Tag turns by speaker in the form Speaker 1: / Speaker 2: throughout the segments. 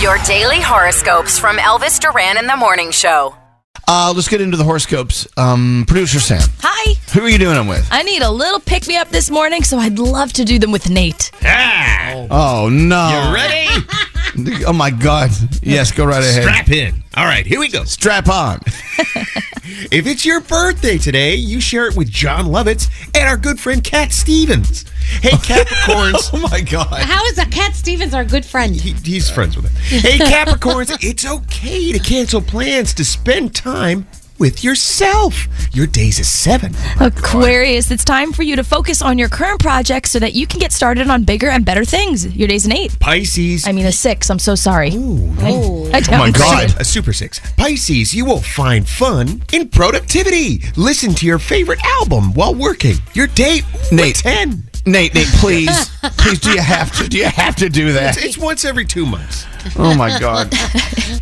Speaker 1: Your daily horoscopes from Elvis Duran in the Morning Show.
Speaker 2: Uh, let's get into the horoscopes. Um, Producer Sam,
Speaker 3: Hi.
Speaker 2: who are you doing them with?
Speaker 3: I need a little pick me up this morning, so I'd love to do them with Nate.
Speaker 2: Oh no!
Speaker 4: Ah, You ready?
Speaker 2: Oh my God! Yes, go right ahead.
Speaker 4: Strap in. All right, here we go.
Speaker 2: Strap on.
Speaker 4: If it's your birthday today, you share it with John Lovitz and our good friend Cat Stevens. Hey, Capricorns.
Speaker 2: Oh my God!
Speaker 5: How is a Cat Stevens our good friend?
Speaker 4: He, he's friends with him. Hey, Capricorns, it's okay to cancel plans to spend time with yourself. Your day's a seven.
Speaker 3: Aquarius, it's time for you to focus on your current projects so that you can get started on bigger and better things. Your day's an eight.
Speaker 4: Pisces.
Speaker 3: I mean, a six. I'm so sorry. I, I
Speaker 2: Oh my
Speaker 3: downgraded.
Speaker 2: God!
Speaker 4: A super six. Pisces, you will find fun in productivity. Listen to your favorite album while working. Your day, ooh, a
Speaker 2: Nate.
Speaker 4: 10.
Speaker 2: Nate, Nate, please, please, do you have to? Do you have to do that?
Speaker 4: It's once every two months.
Speaker 2: Oh my God!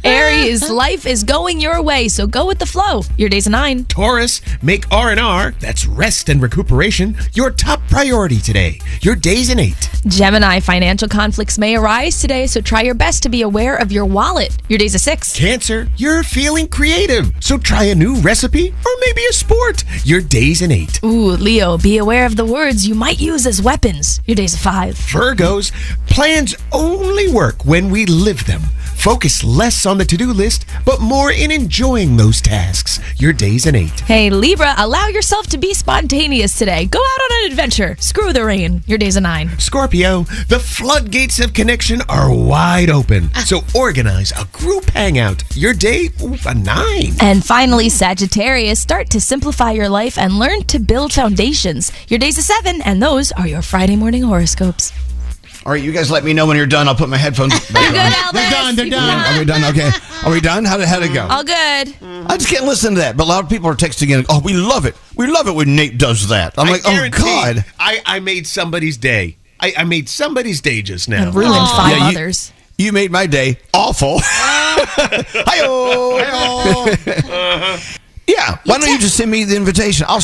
Speaker 3: Aries, life is going your way, so go with the flow. Your day's a nine.
Speaker 4: Taurus, make R&R, that's rest and recuperation, your top priority today. Your day's an eight.
Speaker 3: Gemini, financial conflicts may arise today, so try your best to be aware of your wallet. Your day's a six.
Speaker 4: Cancer, you're feeling creative, so try a new recipe or maybe a sport. Your day's an eight.
Speaker 3: Ooh, Leo, be aware of the words you might use as weapons. Your day's a five.
Speaker 4: Virgos, plans only work when we live them. Focus less on the to-do list, but more in enjoying those tasks. Your day's an eight.
Speaker 3: Hey, Libra, allow yourself to be spontaneous today. Go out on an adventure. Screw the rain. Your day's a nine.
Speaker 4: Scorpio, the floodgates of connection are wide open, so organize a group hangout. Your day, ooh, a nine.
Speaker 3: And finally, Sagittarius, start to simplify your life and learn to build foundations. Your day's a seven, and those are your Friday morning horoscopes.
Speaker 2: All right, you guys, let me know when you're done. I'll put my headphones. Back
Speaker 3: good,
Speaker 2: on.
Speaker 3: Elvis.
Speaker 2: They're done. They're
Speaker 3: You
Speaker 2: done.
Speaker 3: can-
Speaker 2: Are we done? Okay. Are we done? How did how it go?
Speaker 4: Oh,
Speaker 3: All good.
Speaker 2: I just can't listen to that. But a lot of people are texting in. Oh, we love it. We love it when Nate does that. I'm
Speaker 4: I
Speaker 2: like, oh
Speaker 4: guarantee
Speaker 2: God.
Speaker 4: I, I made somebody's day. I, I made somebody's day just now.
Speaker 3: I've ruined five
Speaker 2: Yeah, you-
Speaker 3: others.
Speaker 2: You made my day awful.
Speaker 4: Ah.
Speaker 2: Hi-oh. Yeah. Why don't you just send me the invitation? I'll